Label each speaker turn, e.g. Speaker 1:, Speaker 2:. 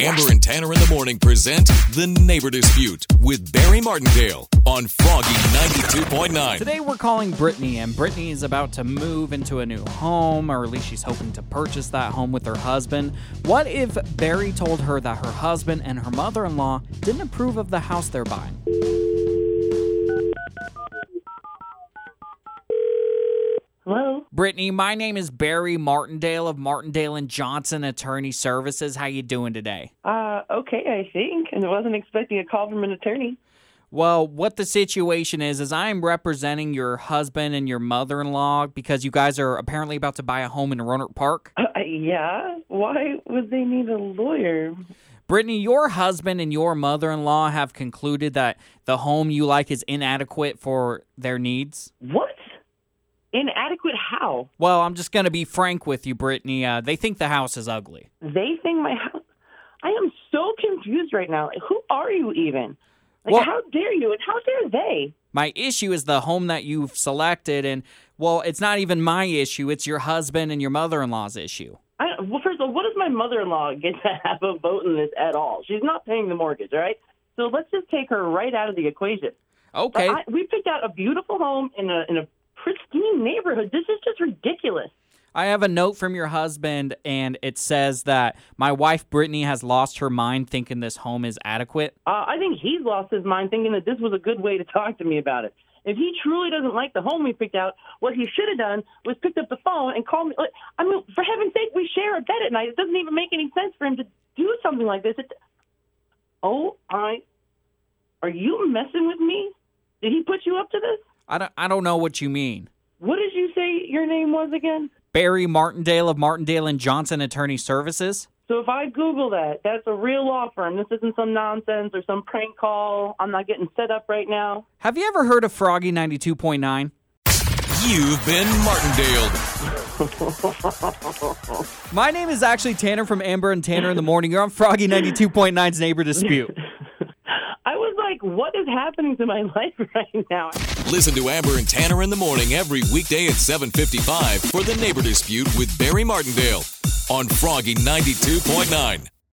Speaker 1: Amber and Tanner in the morning present The Neighbor Dispute with Barry Martindale on Froggy 92.9.
Speaker 2: Today we're calling Brittany, and Brittany is about to move into a new home, or at least she's hoping to purchase that home with her husband. What if Barry told her that her husband and her mother in law didn't approve of the house they're buying?
Speaker 3: Hello.
Speaker 2: Brittany, my name is Barry Martindale of Martindale and Johnson Attorney Services. How you doing today?
Speaker 3: Uh, okay, I think. And I wasn't expecting a call from an attorney.
Speaker 2: Well, what the situation is is I am representing your husband and your mother-in-law because you guys are apparently about to buy a home in Roanoke Park.
Speaker 3: Uh, yeah. Why would they need a lawyer?
Speaker 2: Brittany, your husband and your mother in law have concluded that the home you like is inadequate for their needs.
Speaker 3: What? Inadequate how?
Speaker 2: Well, I'm just going to be frank with you, Brittany. Uh, they think the house is ugly.
Speaker 3: They think my house. I am so confused right now. Like, who are you even? Like,
Speaker 2: Well-
Speaker 3: how dare you? And how dare they?
Speaker 2: My issue is the home that you've selected, and well, it's not even my issue, it's your husband and your mother in law's issue.
Speaker 3: I, well, first of all, what does my mother-in-law get to have a vote in this at all? She's not paying the mortgage, all right? So let's just take her right out of the equation. But
Speaker 2: Okay.
Speaker 3: I, we picked out a beautiful home in a in a pristine neighborhood. This is just ridiculous.
Speaker 2: I have a note from your husband, and it says that my wife, Brittany, has lost her mind thinking this home is adequate.
Speaker 3: Uh, I think he's lost his mind thinking that this was a good way to talk to me about it. If he truly doesn't like the home we picked out, what he should have done was picked up the phone and called me. Like, I mean, for heaven's sake, we share a bed at night. It doesn't even make any sense for him to do something like this. It, oh, I. Are you messing with me? Did he put you up to this?
Speaker 2: I don't, I don't know what you mean.
Speaker 3: What did you say your name was again?
Speaker 2: Barry Martindale of Martindale and Johnson Attorney Services.
Speaker 3: So if I Google that, that's a real law firm. This isn't some nonsense or some prank call. I'm not getting set up right now.
Speaker 2: Have you ever heard of Froggy 92.9?
Speaker 1: You've been Martindale.
Speaker 2: My name is actually Tanner from Amber and Tanner in the Morning. You're on Froggy 92.9's Neighbor Dispute.
Speaker 3: I was like, what is happening to my life right now?
Speaker 1: Listen to Amber and Tanner in the morning every weekday at 7:55 for The Neighbor Dispute with Barry Martindale on Froggy 92.9.